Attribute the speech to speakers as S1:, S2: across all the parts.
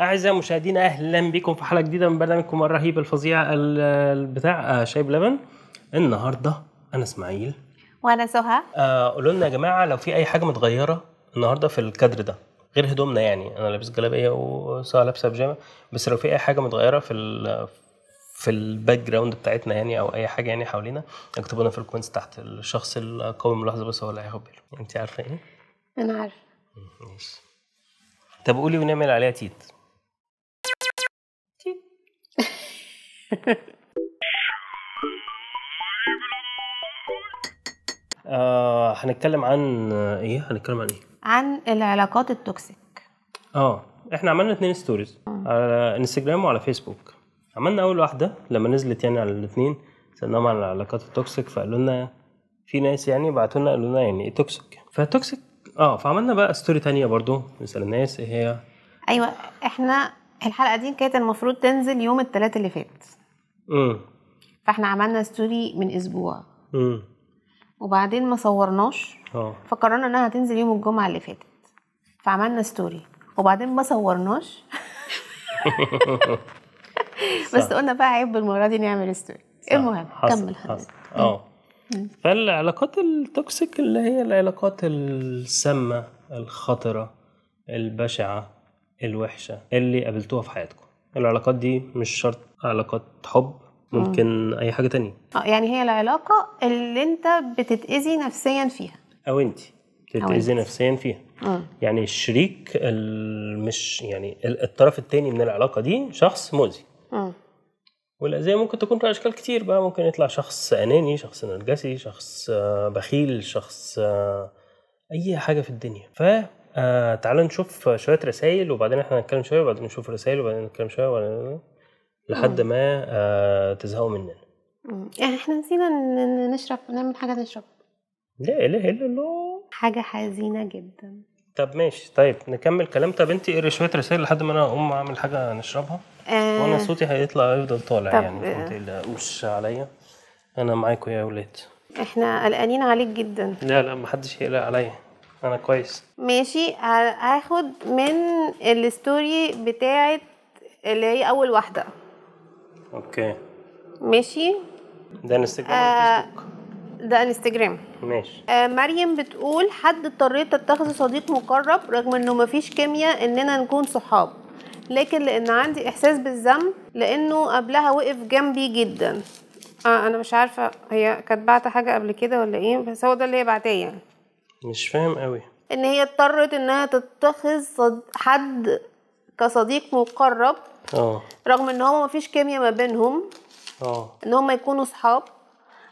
S1: أعزائي مشاهدينا أهلا بكم في حلقة جديدة من برنامجكم الرهيب الفظيع ال- البتاع آه، شاي بلبن النهاردة أنا إسماعيل
S2: وانا سهى
S1: آه، قولوا لنا يا جماعة لو في أي حاجة متغيرة النهاردة في الكادر ده غير هدومنا يعني أنا لابس جلابية وسهى لابسة بيجامة بس لو في أي حاجة متغيرة في ال في الباك جراوند بتاعتنا يعني او اي حاجه يعني حوالينا اكتبوا لنا في الكومنتس تحت الشخص القوي ملاحظه بس هو اللي هياخد باله انت عارفه ايه؟
S2: انا عارفه
S1: ماشي طب قولي ونعمل عليها تيت آه هنتكلم عن ايه هنتكلم عن ايه
S2: عن العلاقات التوكسيك
S1: اه احنا عملنا اتنين ستوريز على انستجرام وعلى فيسبوك عملنا اول واحده لما نزلت يعني على الاتنين سالناهم عن العلاقات التوكسيك فقالوا لنا في ناس يعني بعتوا لنا قالوا لنا يعني ايه توكسيك فتوكسيك اه فعملنا بقى ستوري تانية برضو نسال الناس ايه هي
S2: ايوه احنا الحلقه دي كانت المفروض تنزل يوم الثلاث اللي فات
S1: امم
S2: فاحنا عملنا ستوري من اسبوع
S1: امم
S2: وبعدين ما صورناش
S1: اه
S2: فقررنا انها هتنزل يوم الجمعه اللي فاتت فعملنا ستوري وبعدين ما صورناش بس قلنا بقى عيب بالمره دي نعمل ستوري المهم
S1: حصل-
S2: كمل حضرتك.
S1: حصل. اه فالعلاقات التوكسيك اللي هي العلاقات السامه الخطره البشعه الوحشه اللي قابلتوها في حياتكم العلاقات دي مش شرط علاقات حب ممكن اي حاجه تانية
S2: اه يعني هي العلاقه اللي انت بتتاذي نفسيا فيها
S1: او انت تتاذي نفسيا فيها
S2: مم.
S1: يعني الشريك ال- مش يعني ال- الطرف التاني من العلاقه دي شخص مؤذي
S2: مم.
S1: والأذية ممكن تكون في أشكال كتير بقى ممكن يطلع شخص أناني شخص نرجسي شخص آه، بخيل شخص آه، أي حاجة في الدنيا ف آه، تعالوا نشوف شوية رسائل وبعدين احنا هنتكلم شوية وبعدين نشوف رسائل وبعدين نتكلم شوية وبعدين لحد ما آه، تزهقوا مننا
S2: مم. يعني احنا نسينا ن- ن- نشرب نعمل حاجه نشرب
S1: لا إله إلا الله
S2: حاجه حزينه جدا
S1: طب ماشي طيب نكمل كلام طب انت اقري شوية رسائل لحد ما أنا أقوم أعمل حاجة نشربها
S2: آه،
S1: وأنا صوتي هيطلع يفضل طالع
S2: طب،
S1: يعني
S2: آه.
S1: فما تقلقوش عليا أنا معاكم يا ولاد
S2: احنا قلقانين عليك جدا
S1: لا لا محدش يقلق عليا انا كويس
S2: ماشي ه- هاخد من الستوري بتاعت اللي هي اول واحده
S1: اوكي
S2: ماشي
S1: ده انستجرام
S2: آه.
S1: ولا فيسبوك
S2: ده انستجرام
S1: ماشي
S2: آه مريم بتقول حد اضطريت اتخذه صديق مقرب رغم انه مفيش كيمياء اننا نكون صحاب لكن لان عندي احساس بالذنب لانه قبلها وقف جنبي جدا آه انا مش عارفه هي كانت بعت حاجه قبل كده ولا ايه بس هو ده اللي هي بعتاه يعني
S1: مش فاهم قوي
S2: ان هي اضطرت انها تتخذ صد... حد كصديق مقرب
S1: اه
S2: رغم ان هو مفيش كيمياء ما بينهم
S1: اه
S2: ان هما يكونوا صحاب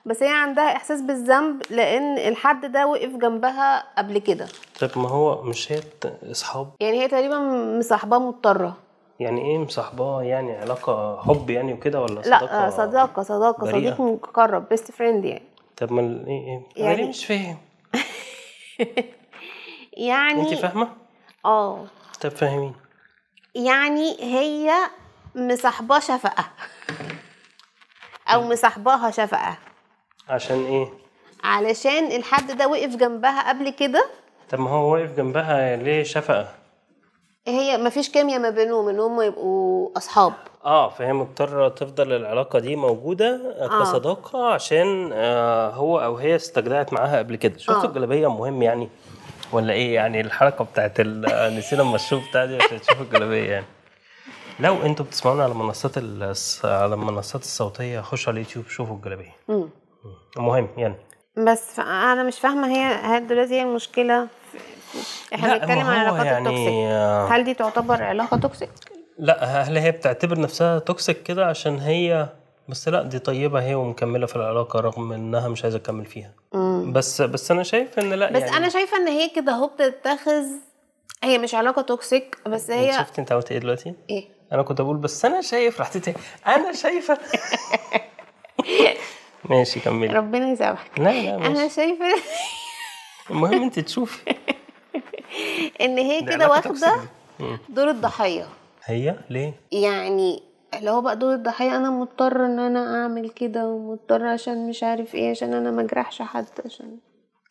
S2: بس هي عندها احساس بالذنب لان الحد ده وقف جنبها قبل كده
S1: طب طيب، ما هو مش هي ت- اصحاب
S2: يعني هي تقريبا مصاحباه مضطره
S1: يعني ايه مصاحباه يعني علاقه حب يعني وكده ولا صداقه
S2: لا آه، صداقه صداقه
S1: بريئة.
S2: صديق مقرب بيست فريند يعني
S1: طب ما ال- ايه ايه يعني...
S2: يعني-
S1: انا ليه مش فاهم انت
S2: يعني
S1: فاهمه
S2: اه
S1: طب فاهمين
S2: يعني هي مصاحباه شفقه او مصاحباها شفقه
S1: عشان ايه
S2: علشان الحد ده وقف جنبها قبل كده
S1: طب ما هو واقف جنبها ليه شفقه
S2: هي مفيش كيمياء ما بينهم ان هم يبقوا اصحاب
S1: اه فهي مضطرة تفضل العلاقة دي موجودة آه. كصداقة عشان آه هو أو هي استجدعت معاها قبل كده شفت آه.
S2: آه.
S1: الجلابية مهم يعني ولا إيه يعني الحركة بتاعت ال- آه، نسينا المشروب بتاع دي عشان تشوفوا الجلابية يعني لو انتوا بتسمعونا على منصات ال- على المنصات الصوتية خشوا على اليوتيوب شوفوا الجلابية
S2: مم.
S1: مهم يعني
S2: بس ف- انا مش فاهمه هي هل دلوقتي هي المشكله في- في- احنا
S1: لا،
S2: بنتكلم
S1: ما
S2: عن
S1: هو
S2: العلاقات
S1: يعني-
S2: التوكسيك هل دي تعتبر علاقه توكسيك
S1: لا هل هي بتعتبر نفسها توكسيك كده عشان هي بس لا دي طيبة هي ومكملة في العلاقة رغم إنها مش عايزة تكمل فيها
S2: مم.
S1: بس بس انا شايف ان لا
S2: بس
S1: يعني
S2: انا شايفه ان هي كده اهو بتتخذ هي مش علاقه توكسيك بس هي
S1: شفت انت عملت ايه دلوقتي؟
S2: ايه
S1: انا كنت بقول بس انا شايف رحت تاني انا شايفه ماشي كملي
S2: ربنا يسامحك
S1: لا لا
S2: انا
S1: ماشي
S2: شايفه
S1: المهم انت تشوفي
S2: ان هي
S1: دي
S2: كده
S1: علاقة توكسيك
S2: واخده
S1: دي. مم.
S2: دور الضحيه
S1: هي ليه؟
S2: يعني اللي هو بقى دور الضحية أنا مضطرة إن أنا أعمل كده ومضطرة عشان مش عارف إيه عشان أنا ما أجرحش حد عشان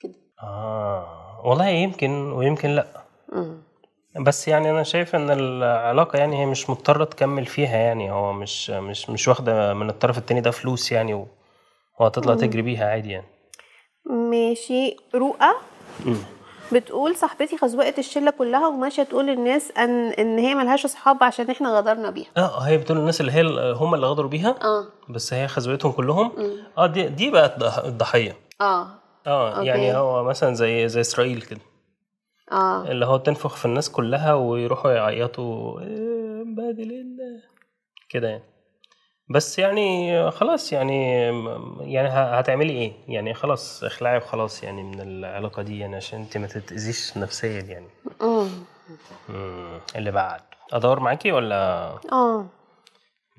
S2: كده
S1: اه والله يمكن آه. ويمكن لا
S2: مم.
S1: بس يعني انا شايف ان العلاقه يعني هي مش مضطره تكمل فيها يعني هو مش مش مش واخده من الطرف التاني ده فلوس يعني و- وهتطلع
S2: مم.
S1: تجري بيها عادي يعني
S2: ماشي رؤى
S1: مم.
S2: بتقول صاحبتي خزوقت الشله كلها وماشيه تقول للناس ان ان هي ملهاش اصحاب عشان احنا غدرنا بيها
S1: اه هي بتقول الناس اللي هي هم اللي غدروا بيها
S2: اه
S1: بس هي خزوتهم كلهم
S2: مم.
S1: اه دي دي بقت ضح- الضحيه
S2: اه
S1: اه
S2: أوكي.
S1: يعني هو مثلا زي زي اسرائيل كده
S2: اه
S1: اللي هو تنفخ في الناس كلها ويروحوا يعيطوا إيه، مبادل الله كده يعني بس يعني خلاص يعني م- يعني ه- هتعملي ايه يعني خلاص اخلعي وخلاص يعني من العلاقه دي يعني عشان انت ما تتاذيش نفسيا يعني
S2: مم.
S1: مم. اللي بعد ادور معاكي ولا
S2: اه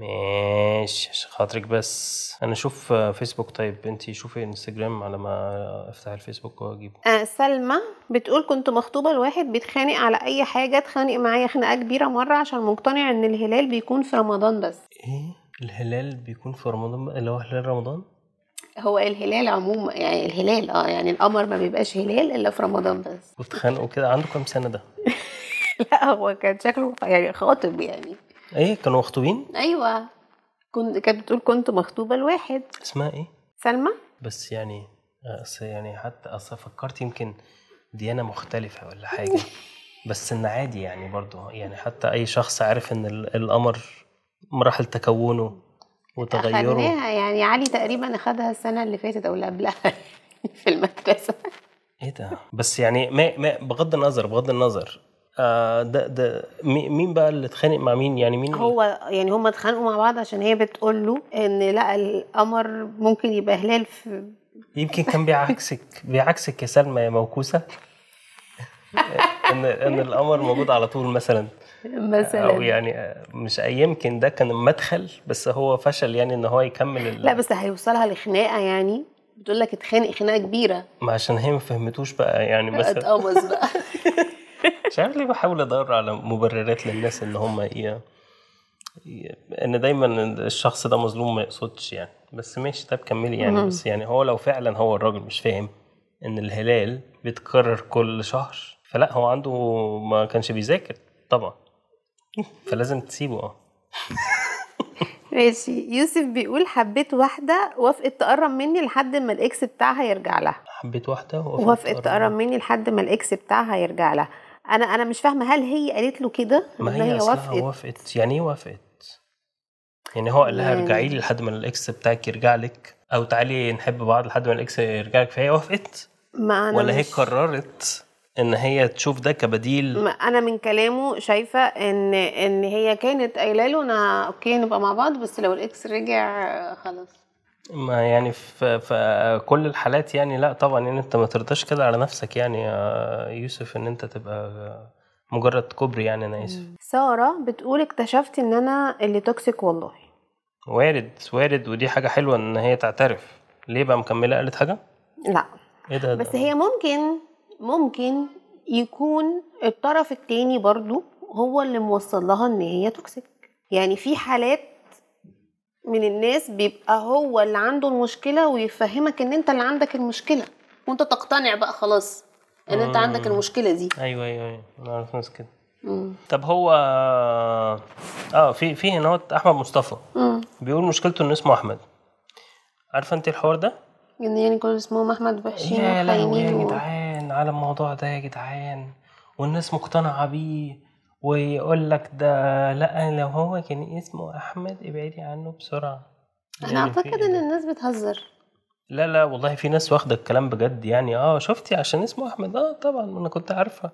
S1: ماشي عشان خاطرك بس انا اشوف فيسبوك طيب انت شوفي انستجرام على ما افتح الفيسبوك واجيبه
S2: آه، سلمى بتقول كنت مخطوبة لواحد بيتخانق على أي حاجة اتخانق معايا خناقة كبيرة مرة عشان مقتنع إن الهلال بيكون في رمضان بس
S1: ايه الهلال بيكون في رمضان بقى؟ اللي هو هلال رمضان
S2: هو الهلال عموما يعني الهلال اه يعني القمر ما بيبقاش هلال إلا في رمضان بس
S1: واتخانقوا كده عنده كام سنه ده
S2: لا هو كان شكله يعني خاطب يعني
S1: ايه كانوا مخطوبين
S2: أيوة كنت كانت بتقول كنت مخطوبة لواحد
S1: اسمها ايه
S2: سلمى
S1: بس يعني اصل يعني حتى اصل فكرت يمكن ديانه مختلفه ولا حاجه بس ان عادي يعني برضه يعني حتى اي شخص عارف ان ال- القمر مراحل تكونه وتغيره
S2: أخدناها يعني علي تقريبا أخدها السنة اللي فاتت أو اللي قبلها في المدرسة
S1: ايه ده بس يعني ما ما بغض النظر بغض النظر آه ده ده مي- مين بقى اللي اتخانق مع مين يعني مين اللي-
S2: هو يعني هما اتخانقوا مع بعض عشان هي بتقول له ان لا القمر ممكن يبقى هلال في
S1: يمكن كان بيعكسك بيعكسك يا سلمى يا موكوسه ان ان القمر موجود على طول مثلا او
S2: مثلا
S1: يعني آه، مش يمكن ده كان المدخل بس هو فشل يعني ان هو يكمل ال-
S2: لا بس هيوصلها لخناقه يعني بتقول لك اتخانق خناقه كبيره
S1: ما عشان هي ما فهمتوش بقى يعني مثلا
S2: اتقمص بقى
S1: مش عارف ليه بحاول ادور على مبررات للناس ان هم ايه ان دايما الشخص ده مظلوم ما يقصدش يعني بس ماشي طب كملي يعني
S2: مهم.
S1: بس يعني هو لو فعلا هو الراجل مش فاهم ان الهلال بيتكرر كل شهر فلا هو عنده ما كانش بيذاكر طبعا فلازم تسيبه اه
S2: ماشي يوسف بيقول حبيت واحده وافقت تقرب مني لحد ما الاكس بتاعها يرجع لها
S1: حبيت واحده
S2: وافقت تقرب مني لحد ما الاكس بتاعها يرجع لها انا انا مش فاهمه هل هي قالت له كده
S1: ما
S2: إن
S1: هي اصلها
S2: وافقت
S1: وافقت يعني ايه وافقت يعني هو قال لها
S2: يعني-
S1: ارجعي لي لحد ما الاكس بتاعك يرجع لك او تعالي نحب بعض لحد ما الاكس يرجع لك فهي وافقت
S2: ما أنا
S1: ولا هي
S2: مش-
S1: قررت ان هي تشوف ده كبديل
S2: ما انا من كلامه شايفه ان ان هي كانت قايله له انا اوكي نبقى مع بعض بس لو الاكس رجع آه، خلاص
S1: ما يعني في, في كل الحالات يعني لا طبعا يعني انت ما ترضاش كده على نفسك يعني يا يوسف ان انت تبقى مجرد كوبري يعني انا اسف
S2: ساره بتقول اكتشفت ان انا اللي توكسيك والله
S1: وارد وارد ودي حاجه حلوه ان هي تعترف ليه بقى مكمله قالت حاجه
S2: لا
S1: ايه ده
S2: بس
S1: ده؟
S2: هي ممكن ممكن يكون الطرف التاني برضو هو اللي موصل لها ان هي توكسيك يعني في حالات من الناس بيبقى هو اللي عنده المشكله ويفهمك ان انت اللي عندك المشكله وانت تقتنع بقى خلاص ان انت
S1: مم.
S2: عندك المشكله دي
S1: ايوه ايوه ايوه انا عارف ناس كده
S2: مم.
S1: طب هو اه في في هنا هو احمد مصطفى
S2: مم.
S1: بيقول مشكلته ان اسمه احمد عارفه انت الحوار ده؟
S2: ان يعني كل اسمهم احمد وحشين
S1: يا لهوي يا
S2: وخاينين و...
S1: جدعان على الموضوع ده يا جدعان والناس مقتنعه بيه ويقول لك ده لا لو هو كان اسمه احمد ابعدي عنه بسرعه
S2: انا
S1: يعني في
S2: اعتقد
S1: إيه؟
S2: ان الناس بتهزر
S1: لا لا والله في ناس واخده الكلام بجد يعني اه شفتي عشان اسمه احمد اه طبعا ما انا كنت عارفه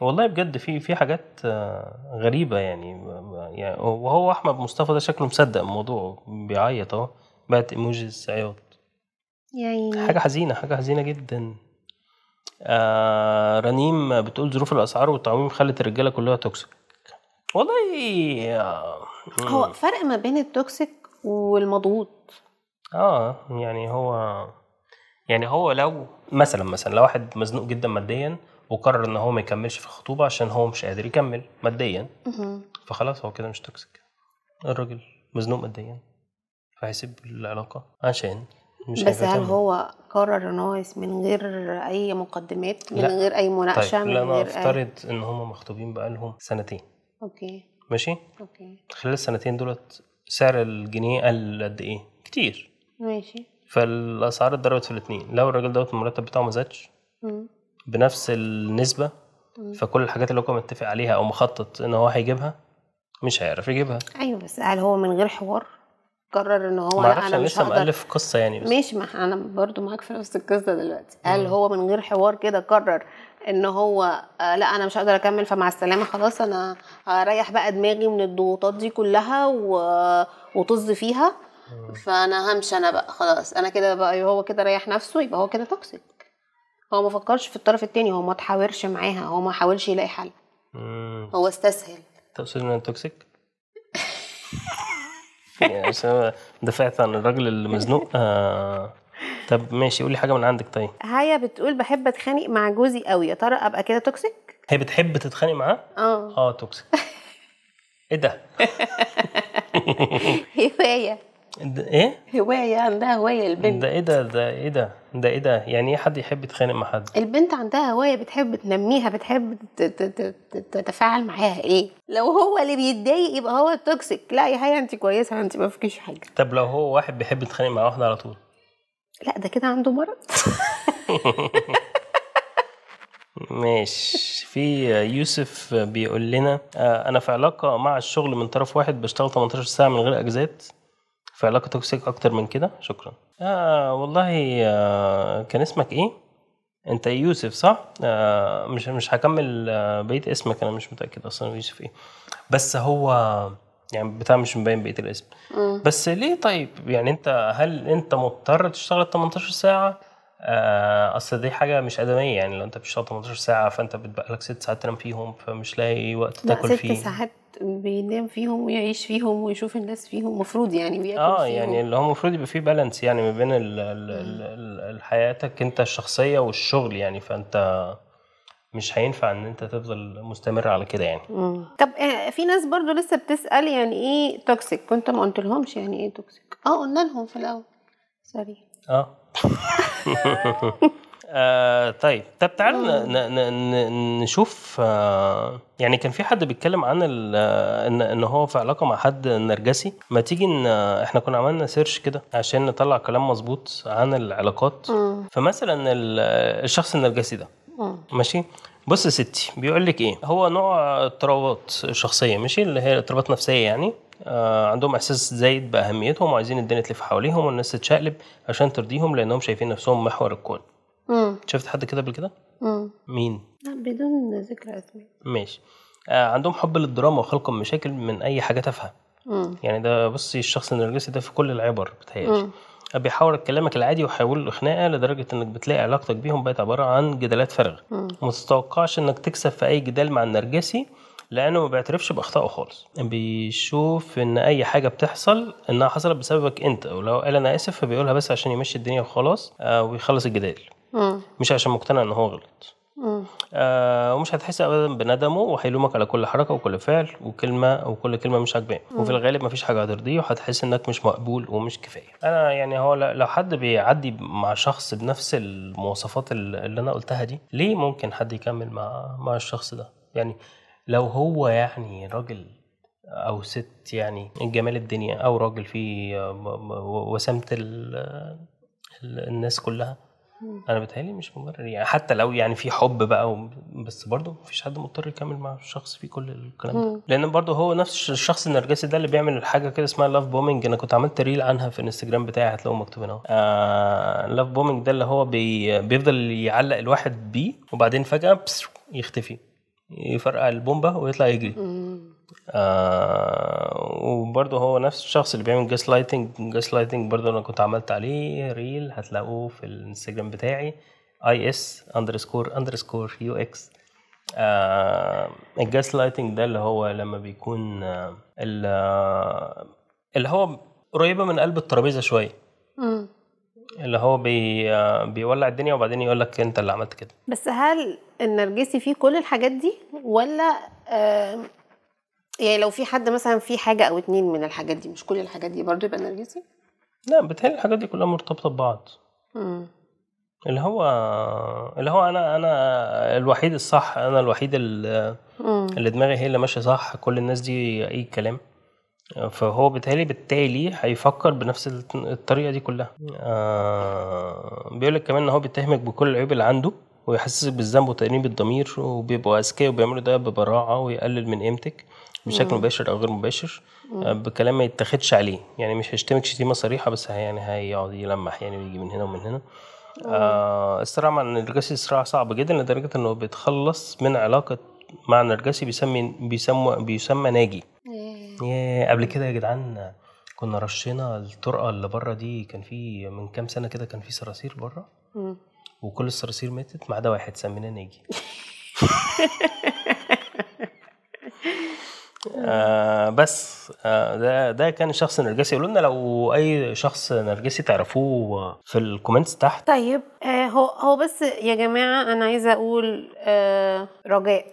S1: والله بجد في في حاجات آه، غريبه يعني ما- يعني وهو احمد مصطفى ده شكله مصدق الموضوع بيعيط اهو بعت ايموجيز عياط
S2: يا عيني
S1: حاجه حزينه حاجه حزينه جدا آه رنيم بتقول ظروف الاسعار والتعويم خلت الرجاله كلها توكسيك والله آه،
S2: هو فرق ما بين التوكسيك والمضغوط
S1: اه يعني هو يعني هو لو مثلا مثلا لو واحد مزنوق جدا ماديا وقرر ان هو ما يكملش في الخطوبه عشان هو مش قادر يكمل ماديا
S2: مهم.
S1: فخلاص هو كده مش توكسيك الراجل مزنوق ماديا فهيسيب العلاقه عشان مش
S2: بس
S1: هينفع
S2: هل
S1: تعمل.
S2: هو قرر ان هو يس- من غير اي مقدمات من
S1: لا.
S2: غير اي مناقشه
S1: طيب
S2: من
S1: لا ما
S2: غير أي...
S1: افترض ان هم مخطوبين بقالهم سنتين
S2: اوكي
S1: ماشي
S2: اوكي
S1: خلال السنتين دولت سعر الجنيه قل قد ايه كتير
S2: ماشي
S1: فالاسعار اتضربت في الاتنين لو الراجل دوت المرتب بتاعه ما زادش
S2: مم.
S1: بنفس النسبه فكل الحاجات اللي هو كان متفق عليها او مخطط ان هو هيجيبها مش هيعرف يجيبها
S2: ايوه بس هل هو من غير حوار قرر ان هو
S1: ما
S2: لا
S1: اعرفش
S2: انا
S1: انا
S2: مش
S1: لسه
S2: هقدر
S1: مألف قصه يعني بس
S2: ماشي ما انا برضو معاك في نفس القصه دلوقتي هل هو من غير حوار كده قرر ان هو آه لا انا مش هقدر اكمل فمع السلامه خلاص انا هريح بقى دماغي من الضغوطات دي كلها و... وطز فيها فانا همشي انا بقى خلاص انا كده بقى هو كده ريح نفسه يبقى هو كده توكسيك هو ما فكرش في الطرف التاني هو ما تحاورش معاها هو ما حاولش يلاقي حل
S1: مم.
S2: هو استسهل
S1: تقصد ان انا توكسيك يعني بس أنا دفعت عن الراجل المزنوق آه. طب ماشي قولي حاجه من عندك طيب
S2: هيا بتقول بحب اتخانق مع جوزي قوي يا ترى ابقى كده توكسيك
S1: هي بتحب تتخانق معاه
S2: اه
S1: اه توكسيك ايه ده
S2: هوايه
S1: ده- ايه
S2: هوايه عندها هوايه البنت
S1: ده ايه ده ده ايه ده ده ايه ده يعني ايه حد يحب يتخانق مع حد
S2: البنت عندها هوايه بتحب تنميها بتحب ت- ت- ت- ت- تتفاعل معاها ايه لو هو اللي بيتضايق يبقى هو التوكسيك لا يا حاجه انت كويسه انت ما فيكيش حاجه
S1: طب لو هو واحد بيحب يتخانق مع واحده على طول
S2: لا ده كده عنده مرض
S1: ماشي في يوسف بيقول لنا آه، انا في علاقه مع الشغل من طرف واحد بشتغل 18 ساعه من غير اجازات في علاقه توكسيك اكتر من كده شكرا آه والله آه كان اسمك ايه انت يوسف صح آه مش مش هكمل آه بقيه اسمك انا مش متاكد اصلا يوسف ايه بس هو يعني بتاع مش مبين بقيه الاسم بس ليه طيب يعني انت هل انت مضطر تشتغل 18 ساعه آه، اصل دي حاجه مش ادميه يعني لو انت بتشتغل 18 ساعه فانت بتبقى لك ست ساعات تنام فيهم فمش لاقي وقت
S2: لا،
S1: تاكل
S2: ست
S1: فيه
S2: ساعات بينام فيهم ويعيش فيهم ويشوف الناس فيهم المفروض يعني بياكل
S1: اه
S2: فيهم.
S1: يعني اللي هو المفروض يبقى فيه بالانس يعني ما بين ال- ال- ال- ال- ال- حياتك انت الشخصيه والشغل يعني فانت مش هينفع ان انت تفضل مستمر على كده يعني
S2: مم. طب آه، في ناس برضو لسه بتسال يعني ايه توكسيك كنت ما قلت لهمش يعني ايه توكسيك اه قلنا لهم في الاول سوري
S1: اه آه طيب طب تعالوا ن- ن- ن- ن- نشوف آه يعني كان في حد بيتكلم عن ال- آه، ان ان هو في علاقه مع حد نرجسي ما تيجي ان آه، احنا كنا عملنا سيرش كده عشان نطلع كلام مظبوط عن العلاقات
S2: مم.
S1: فمثلا ال- آه، الشخص النرجسي ده
S2: مم.
S1: ماشي بص يا ستي بيقول لك ايه هو نوع اضطرابات شخصيه ماشي اللي هي اضطرابات نفسيه يعني آه عندهم احساس زايد باهميتهم وعايزين الدنيا تلف حواليهم والناس تتشقلب عشان ترضيهم لانهم شايفين نفسهم محور الكون
S2: مم.
S1: شفت حد كده قبل كده
S2: مم.
S1: مين
S2: لا بدون ذكر اسماء
S1: ماشي آه عندهم حب للدراما وخلق المشاكل من اي حاجه تافهه
S2: مم.
S1: يعني ده بصي الشخص النرجسي ده في كل العبر بتهيألي
S2: مم.
S1: بيحاول كلامك العادي ويحوله لخناقه لدرجه انك بتلاقي علاقتك بيهم بقت عباره عن جدالات فارغه
S2: مم.
S1: وما تتوقعش انك تكسب في اي جدال مع النرجسي لانه ما بيعترفش باخطائه خالص بيشوف ان اي حاجه بتحصل انها حصلت بسببك انت ولو قال انا اسف فبيقولها بس عشان يمشي الدنيا وخلاص آه ويخلص الجدال
S2: مم.
S1: مش عشان مقتنع ان هو غلط
S2: مم.
S1: آه ومش هتحس ابدا بندمه وهيلومك على كل حركه وكل فعل وكلمه وكل كلمه مش عاجباه وفي الغالب مفيش حاجه هترضيه وهتحس انك مش مقبول ومش كفايه انا يعني هو ل- لو حد بيعدي مع شخص بنفس المواصفات ال- اللي انا قلتها دي ليه ممكن حد يكمل مع مع الشخص ده يعني لو هو يعني راجل او ست يعني جمال الدنيا او راجل فيه آه، م- م- وسامه ال- ال- الناس كلها انا بتهيألي مش مبرر يعني حتى لو يعني في حب بقى و- بس برضه مفيش حد مضطر يكمل مع الشخص في كل الكلام ده لان برضه هو نفس الشخص النرجسي ده اللي بيعمل حاجه كده اسمها لاف بومينج انا كنت عملت ريل عنها في الانستجرام بتاعي هتلاقوه مكتوب هنا اهو آه لاف بومينج ده اللي هو بي بيفضل يعلق الواحد بيه وبعدين فجاه بس يختفي يفرقع البومبه ويطلع يجري
S2: مم.
S1: آه وبرضه هو نفس الشخص اللي بيعمل جاس لايتنج جاس لايتنج برضه انا كنت عملت عليه ريل هتلاقوه في الانستجرام بتاعي اي اس اندرسكور اندرسكور يو اكس الجاس لايتنج آه، ده اللي هو لما بيكون آه، ال- آه، اللي هو قريبه من قلب الترابيزه شويه
S2: مم.
S1: اللي هو بي آه، بيولع الدنيا وبعدين يقول لك انت اللي عملت كده
S2: بس هل النرجسي فيه كل الحاجات دي ولا آم، يعني لو في حد مثلا في حاجة أو اتنين من الحاجات دي مش كل الحاجات دي برضو يبقى نرجسي
S1: لا بتهيألي الحاجات دي كلها مرتبطه ببعض
S2: مم.
S1: اللي هو اللي هو انا انا الوحيد الصح انا الوحيد ال-
S2: مم.
S1: اللي دماغي هي اللي ماشيه صح كل الناس دي اي كلام فهو بالتالي بالتالي هيفكر بنفس الت- الطريقه دي كلها آه بيقول لك كمان ان هو بيتهمك بكل العيوب اللي عنده ويحسسك بالذنب وتأنيب الضمير وبيبقوا أذكياء وبيعملوا ده ببراعة ويقلل من قيمتك بشكل مباشر أو غير مباشر آه، بكلام ما يتاخدش عليه يعني مش هيشتمك شتيمة صريحة بس هي- يعني هيقعد يلمح يعني ويجي من هنا ومن هنا آه الصراع مع النرجسي صراع صعب جدا لدرجة إنه بيتخلص من علاقة مع النرجسي بيسمي بيسمى بيسمى ناجي
S2: إيه.
S1: ياه قبل كده يا جدعان كنا رشينا الطرقة اللي بره دي كان في من كام سنة كده كان في صراصير بره
S2: مم.
S1: وكل الصراصير ماتت ما عدا واحد سميناه ناجي آه بس آه ده ده كان شخص نرجسي قولوا لنا لو اي شخص نرجسي تعرفوه في الكومنتس تحت
S2: طيب آه هو هو بس يا جماعه انا عايزه اقول آه رجاء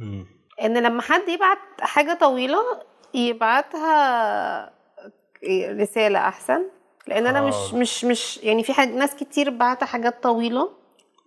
S1: مم.
S2: ان لما حد يبعت حاجه طويله يبعتها رساله احسن لان انا مش
S1: آه.
S2: مش مش يعني في حاج ناس كتير بعت حاجات طويله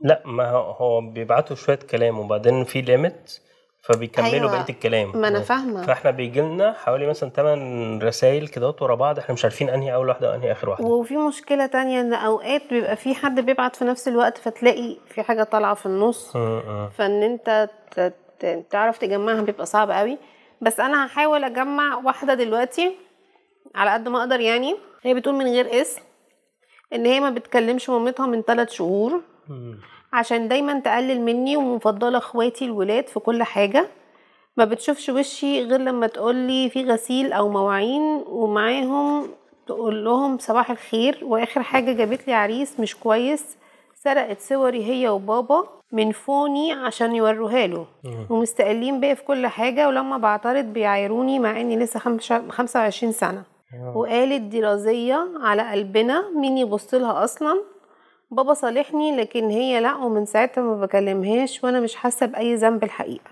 S1: لا ما هو- هو بيبعتوا شويه كلام وبعدين في ليميت فبيكملوا
S2: أيوة،
S1: أيوة. بقيه الكلام
S2: ما انا فاهمه
S1: فاحنا بيجي لنا حوالي مثلا 8 رسائل كده ورا بعض احنا مش عارفين انهي اول واحده وانهي اخر واحده
S2: وفي مشكله تانية ان اوقات بيبقى في حد بيبعت في نفس الوقت فتلاقي في حاجه طالعه في النص
S1: م- م.
S2: فان انت ت- ت- تعرف تجمعها بيبقى صعب قوي بس انا هحاول اجمع واحده دلوقتي على قد ما اقدر يعني هي بتقول من غير اسم ان هي ما بتكلمش مامتها من ثلاث شهور
S1: م.
S2: عشان دايما تقلل مني ومفضله اخواتي الولاد في كل حاجه ما بتشوفش وشي غير لما تقولي في غسيل او مواعين ومعاهم تقول لهم صباح الخير واخر حاجه جابت لي عريس مش كويس سرقت صوري هي وبابا من فوني عشان يوروها له
S1: مم.
S2: ومستقلين بيا في كل حاجه ولما بعترض بيعايروني مع اني لسه خمسة- 25 سنه
S1: آه.
S2: وقالت دي رازية على قلبنا مين يبص لها أصلا بابا صالحني لكن هي لا ومن ساعتها ما بكلمهاش وأنا مش حاسة بأي ذنب الحقيقة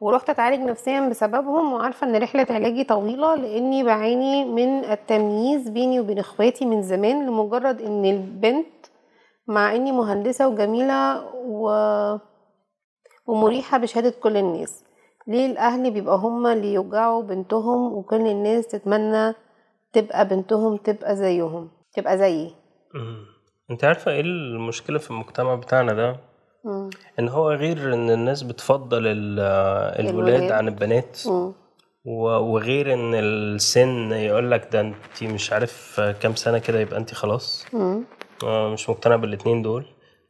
S2: ورحت أتعالج نفسيا بسببهم وعارفة إن رحلة علاجي طويلة لأني بعاني من التمييز بيني وبين إخواتي من زمان لمجرد إن البنت مع إني مهندسة وجميلة و... ومريحة بشهادة كل الناس ليه الأهل بيبقى هما اللي يوجعوا بنتهم وكل الناس تتمنى تبقى بنتهم تبقى زيهم تبقى زيي
S1: م. انت عارفه ايه المشكله في المجتمع بتاعنا ده
S2: مم.
S1: ان هو غير ان الناس بتفضل ال- آه،
S2: الولاد.
S1: الولاد عن البنات
S2: مم.
S1: و- وغير ان السن يقول لك ده انت مش عارف كام سنه كده يبقى انت خلاص
S2: مم.
S1: آه، مش مقتنع بالاتنين دول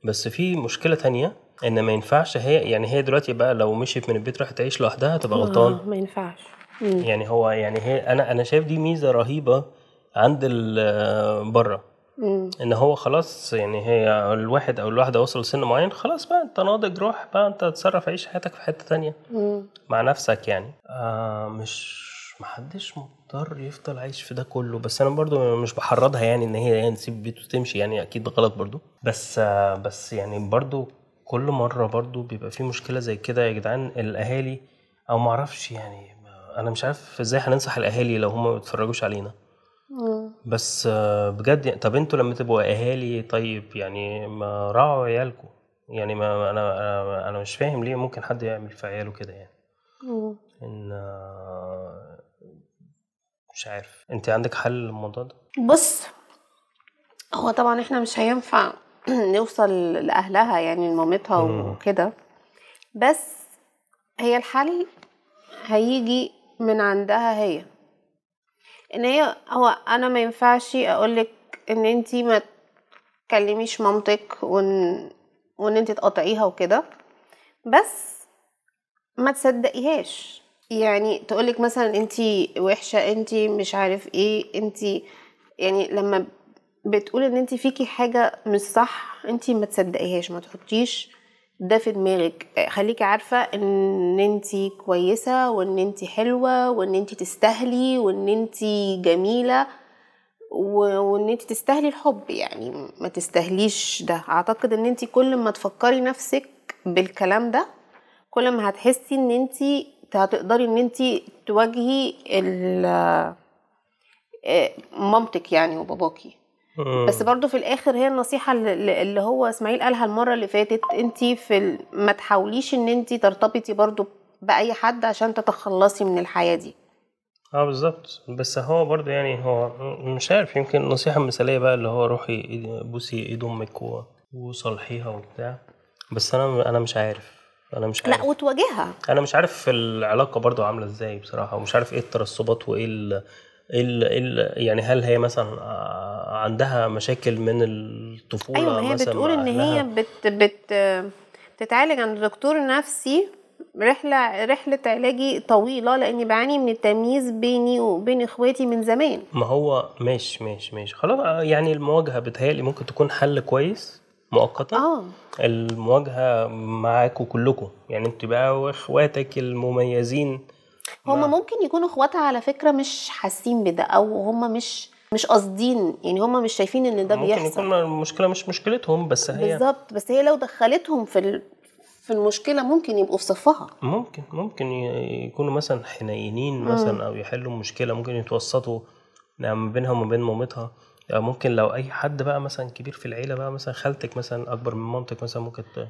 S1: بس في مشكله تانية ان ما ينفعش هي يعني هي دلوقتي بقى لو مشيت من البيت راحت تعيش لوحدها تبقى غلطان
S2: آه، ما ينفعش مم.
S1: يعني هو يعني هي انا انا شايف دي ميزه رهيبه عند ال- آه، بره
S2: مم.
S1: ان هو خلاص يعني هي الواحد او الواحده وصل لسن معين خلاص بقى انت ناضج روح بقى انت تتصرف عيش حياتك في حته تانية
S2: مم.
S1: مع نفسك يعني آه مش محدش مضطر يفضل عايش في ده كله بس انا برضو مش بحرضها يعني ان هي يعني تسيب البيت وتمشي يعني اكيد غلط برضو بس آه بس يعني برضو كل مره برضو بيبقى في مشكله زي كده يا جدعان الاهالي او معرفش يعني ما- انا مش عارف ازاي هننصح الاهالي لو هم ما بيتفرجوش علينا
S2: مم.
S1: بس آه، بجد يعني- طب انتوا لما تبقوا اهالي طيب يعني ما راعوا عيالكم يعني ما انا أنا- انا مش فاهم ليه ممكن حد يعمل في عياله كده يعني
S2: مم.
S1: ان آه، مش عارف انت عندك حل للموضوع ده
S2: بص هو طبعا احنا مش هينفع نوصل لأهلها يعني لمامتها
S1: مم.
S2: وكده بس هي الحل هيجي من عندها هي ان هي هو انا ما ينفعش اقولك ان انتي ما تكلميش مامتك وان وان انتي تقاطعيها وكده بس ما تصدقيهاش يعني تقولك مثلا انتي وحشة انتي مش عارف ايه انتي يعني لما بتقول ان انتي فيكي حاجة مش صح انتي ما تصدقيهاش ما تحطيش ده في دماغك خليكي عارفة ان انتي كويسة وان انتي حلوة وان انتي تستاهلي وان انتي جميلة و- وان انتي تستاهلي الحب يعني ما تستاهليش ده اعتقد ان انتي كل ما تفكري نفسك بالكلام ده كل ما هتحسي ان انتي هتقدري ان انتي تواجهي ال- آه، مامتك يعني وباباكي
S1: مم.
S2: بس برضو في الاخر هي النصيحه اللي اللي هو اسماعيل قالها المره اللي فاتت انت في ال... ما تحاوليش ان انت ترتبطي برضو باي حد عشان تتخلصي من الحياه دي
S1: اه بالظبط بس هو برضه يعني هو م- مش عارف يمكن النصيحة المثالية بقى اللي هو روحي إيد- بوسي ايد امك و- وصلحيها وبتاع بس انا انا مش عارف انا مش عارف
S2: لا وتواجهها
S1: انا مش عارف العلاقه برضو عامله ازاي بصراحه ومش عارف ايه الترسبات وايه ال... إيه ال... ال... يعني هل هي مثلا ع- عندها مشاكل من الطفوله
S2: ايوه ما هي
S1: مثلا
S2: بتقول
S1: مع
S2: ان هي
S1: أهلها؟
S2: بت بت بتتعالج عند دكتور نفسي رحله رحله علاجي طويله لاني بعاني من التمييز بيني وبين اخواتي من زمان
S1: ما هو ماشي ماشي ماشي خلاص آه، يعني المواجهه بتهيألي ممكن تكون حل كويس مؤقتا
S2: اه
S1: المواجهه معاكوا كلكم يعني انت بقى واخواتك المميزين نعم.
S2: هما ممكن يكونوا اخواتها على فكره مش حاسين بده او هما مش مش قاصدين يعني هما مش شايفين ان ده
S1: ممكن
S2: بيحصل
S1: يكون المشكله مش مشكلتهم بس هي
S2: بالظبط بس هي لو دخلتهم في ال- في المشكله ممكن يبقوا في صفها
S1: ممكن ممكن ي- يكونوا مثلا حنينين مثلا او يحلوا مشكله ممكن يتوسطوا يعني ما بينها وما بين مامتها أو ممكن لو اي حد بقى مثلا كبير في العيله بقى مثلا خالتك مثلا اكبر من مامتك مثلا ممكن ت...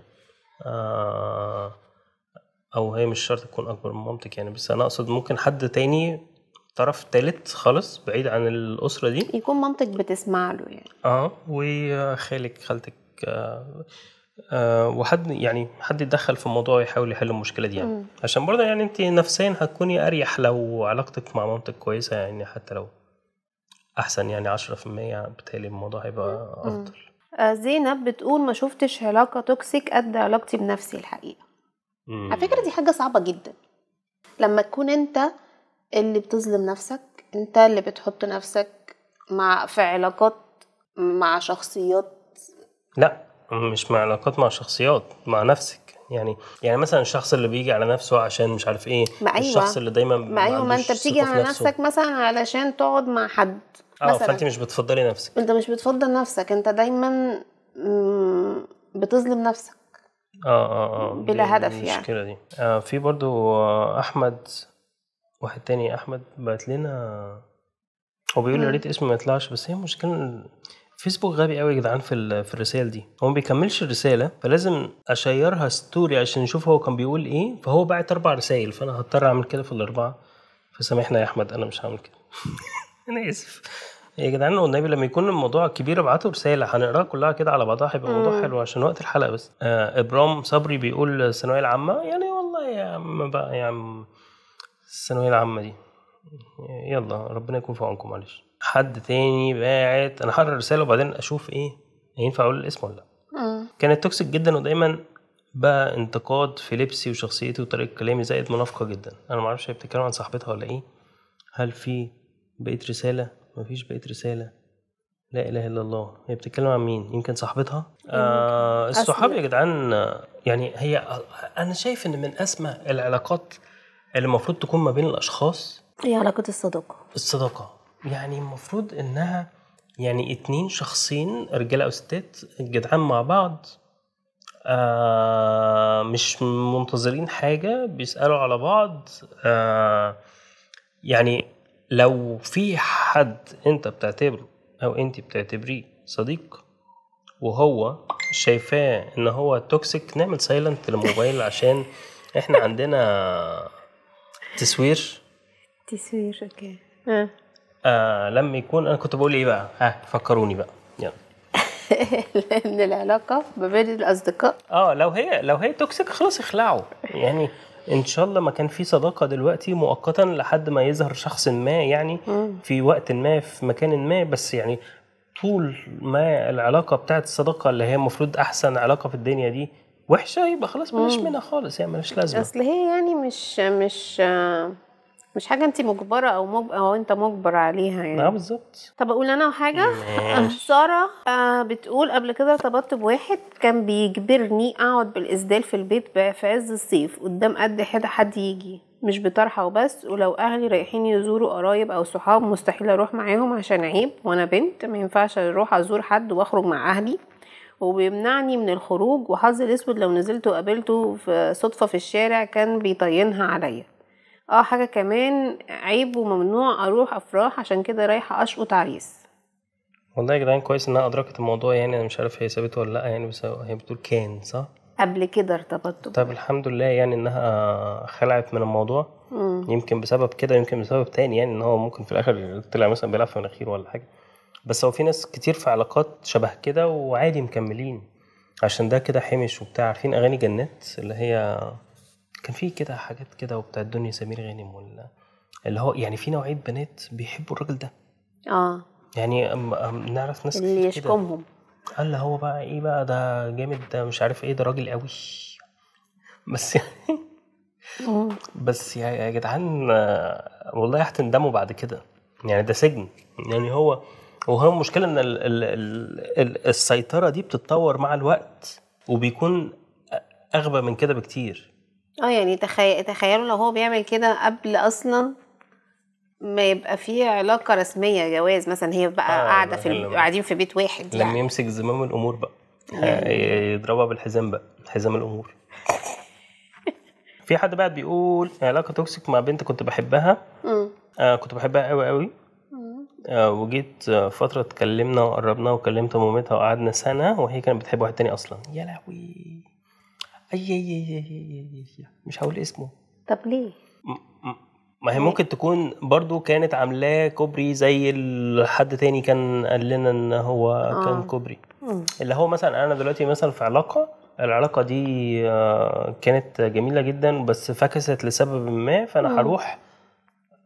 S1: آه او هي مش شرط تكون اكبر من مامتك يعني بس انا اقصد ممكن حد تاني طرف تالت خالص بعيد عن الاسره دي
S2: يكون مامتك بتسمع له يعني
S1: اه وخالك خالتك آه آه وحد يعني حد يتدخل في الموضوع ويحاول يحل المشكله دي يعني
S2: مم.
S1: عشان برضه يعني انت نفسيا هتكوني اريح لو علاقتك مع مامتك كويسه يعني حتى لو احسن يعني 10% بتهيألي الموضوع هيبقى افضل
S2: آه، زينب بتقول ما شفتش علاقه توكسيك قد علاقتي بنفسي الحقيقه
S1: مم.
S2: على فكره دي حاجه صعبه جدا لما تكون انت اللي بتظلم نفسك انت اللي بتحط نفسك مع في علاقات مع شخصيات
S1: لا مش مع علاقات مع شخصيات مع نفسك يعني يعني مثلا الشخص اللي بيجي على نفسه عشان مش عارف ايه
S2: ما أيوة.
S1: الشخص اللي دايما
S2: ما ايوه ما
S1: عندوش
S2: انت بتيجي
S1: ثقة في
S2: على
S1: نفسه.
S2: نفسك مثلا علشان تقعد مع حد
S1: اه
S2: مثلا
S1: فانت مش بتفضلي نفسك
S2: انت مش بتفضل نفسك انت دايما مم، بتظلم نفسك
S1: اه اه اه
S2: بلا
S1: دي
S2: هدف يعني.
S1: المشكلة دي آه في برضو آه احمد واحد تاني احمد بعت لنا هو بيقول يا
S2: مم.
S1: ريت اسمي ما يطلعش بس هي المشكله إن فيسبوك غبي قوي يا جدعان في ال- في الرسائل دي هو ما بيكملش الرساله فلازم اشيرها ستوري عشان نشوف هو كان بيقول ايه فهو بعت اربع رسائل فانا هضطر اعمل كده في الاربعه فسامحنا يا احمد انا مش هعمل كده انا اسف يا جدعان والنبي لما يكون الموضوع كبير ابعتوا رساله هنقراها كلها كده على بعضها هيبقى الموضوع
S2: مم.
S1: حلو عشان وقت الحلقه بس آه ابرام صبري بيقول الثانويه العامه يعني والله يا عم بقى يا عم الثانويه العامه دي يلا ربنا يكون في عونكم معلش حد تاني باعت انا هقرا الرساله وبعدين اشوف ايه ينفع اقول الاسم ولا لا
S2: مم.
S1: كانت توكسيك جدا ودايما بقى انتقاد في لبسي وشخصيتي وطريقه كلامي زائد منافقه جدا انا ما اعرفش هي بتتكلم عن صاحبتها ولا ايه هل في بقيت رساله مفيش بقيت رساله لا اله الا الله هي بتتكلم عن مين يمكن صاحبتها آه
S2: أسماء.
S1: الصحاب يا جدعان آه، يعني هي انا شايف ان من اسمى العلاقات اللي المفروض تكون ما بين الاشخاص
S2: هي علاقه الصداقه
S1: الصداقة يعني المفروض إنها يعني اتنين شخصين رجالة أو ستات جدعان مع بعض آه مش منتظرين حاجة بيسألوا على بعض آه يعني لو في حد أنت بتعتبره أو أنت بتعتبريه صديق وهو شايفاه إن هو توكسيك نعمل سايلنت للموبايل عشان إحنا عندنا تسوير
S2: تسوير اوكي
S1: آه لما يكون انا كنت بقول ايه بقى؟ ها فكروني بقى يلا
S2: لان العلاقه ما بين الاصدقاء
S1: اه لو هي لو هي توكسيك خلاص اخلعوا يعني ان شاء الله ما كان في صداقه دلوقتي مؤقتا لحد ما يظهر شخص ما يعني
S2: مم.
S1: في وقت ما في مكان ما بس يعني طول ما العلاقه بتاعت الصداقه اللي هي المفروض احسن علاقه في الدنيا دي وحشه يبقى خلاص بلاش منها خالص يعني ملهاش لازمه
S2: اصل هي يعني مش مش مش حاجه انت مجبره او مج... او انت مجبر عليها يعني
S1: اه بالظبط
S2: طب اقول انا حاجه
S1: ماشي.
S2: ساره آه بتقول قبل كده ارتبطت بواحد كان بيجبرني اقعد بالاسدال في البيت ب- في عز الصيف قدام قد حد حد يجي مش بطرحه وبس ولو اهلي رايحين يزوروا قرايب او صحاب مستحيل اروح معاهم عشان عيب وانا بنت ما ينفعش اروح ازور حد واخرج مع اهلي وبيمنعني من الخروج وحظي الاسود لو نزلت وقابلته في صدفه في الشارع كان بيطينها عليا اه حاجة كمان عيب وممنوع اروح افراح عشان كده رايحة اشقط عريس
S1: والله يا جدعان كويس انها ادركت الموضوع يعني انا مش عارف هي سابته ولا لا يعني بس هي بتقول كان صح؟
S2: قبل كده ارتبطت
S1: طب الحمد لله يعني انها خلعت من الموضوع
S2: مم.
S1: يمكن بسبب كده يمكن بسبب تاني يعني ان هو ممكن في الاخر طلع مثلا بيلعب في مناخيره ولا حاجه بس هو في ناس كتير في علاقات شبه كده وعادي مكملين عشان ده كده حمش وبتاع عارفين اغاني جنات اللي هي كان في كده حاجات كده وبتاع الدنيا سمير غانم ولا اللي هو يعني في نوعيه بنات بيحبوا الراجل ده
S2: اه
S1: يعني أم أم نعرف ناس
S2: اللي
S1: كتير كده
S2: يشكمهم
S1: قال هو بقى ايه بقى ده جامد ده مش عارف ايه ده راجل قوي بس يعني
S2: مم.
S1: بس يا يا جدعان آه، والله يحتم دمه بعد كده يعني ده سجن يعني هو وهو المشكله ان ال ال ال ال السيطره دي بتتطور مع الوقت وبيكون اغبى من كده بكتير
S2: اه يعني تخي... تخيلوا لو هو بيعمل كده قبل اصلا ما يبقى فيه علاقة رسمية جواز مثلا هي بقى
S1: آه،
S2: قاعدة
S1: بقى
S2: في
S1: لما-
S2: ال- قاعدين في بيت واحد
S1: لما
S2: يعني
S1: يمسك زمام الامور بقى آه، يضربها بالحزام بقى حزام الامور في حد بقى بيقول علاقه توكسيك مع بنت كنت بحبها
S2: مم.
S1: آه، كنت بحبها قوي قوي
S2: مم.
S1: آه، وجيت آه، فترة اتكلمنا وقربنا وكلمت مامتها وقعدنا سنة وهي كانت بتحب واحد تاني أصلا يا لهوي أي أي أي أي أي أي مش هقول اسمه
S2: طب ليه؟
S1: م- م- ما هي ممكن تكون برضو كانت عاملاه كوبري زي ال- حد تاني كان قال لنا ان هو كان
S2: آه.
S1: كوبري
S2: مم.
S1: اللي هو مثلا انا دلوقتي مثلا في علاقه العلاقه دي آه، كانت جميله جدا بس فكست لسبب ما
S2: مم.
S1: فانا هروح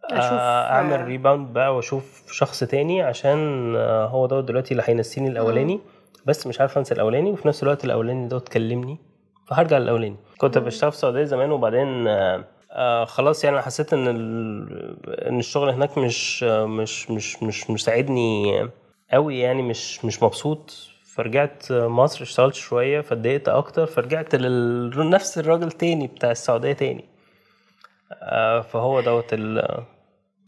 S2: أشوف،
S1: آه، اعمل
S2: آه.
S1: ريباوند بقى واشوف شخص تاني عشان آه، هو دوت دلوقتي اللي هينسيني الاولاني بس مش عارف انسى الاولاني وفي نفس الوقت الاولاني دوت كلمني فهرجع للاولاني كنت بشتغل في السعوديه زمان وبعدين آه، آه خلاص يعني أنا حسيت ان ال- ان الشغل هناك مش آه، مش مش مش آه، مساعدني قوي يعني مش مش مبسوط فرجعت مصر اشتغلت شويه فاتضايقت اكتر فرجعت لنفس الراجل تاني بتاع السعوديه تاني آه، فهو دوت ال-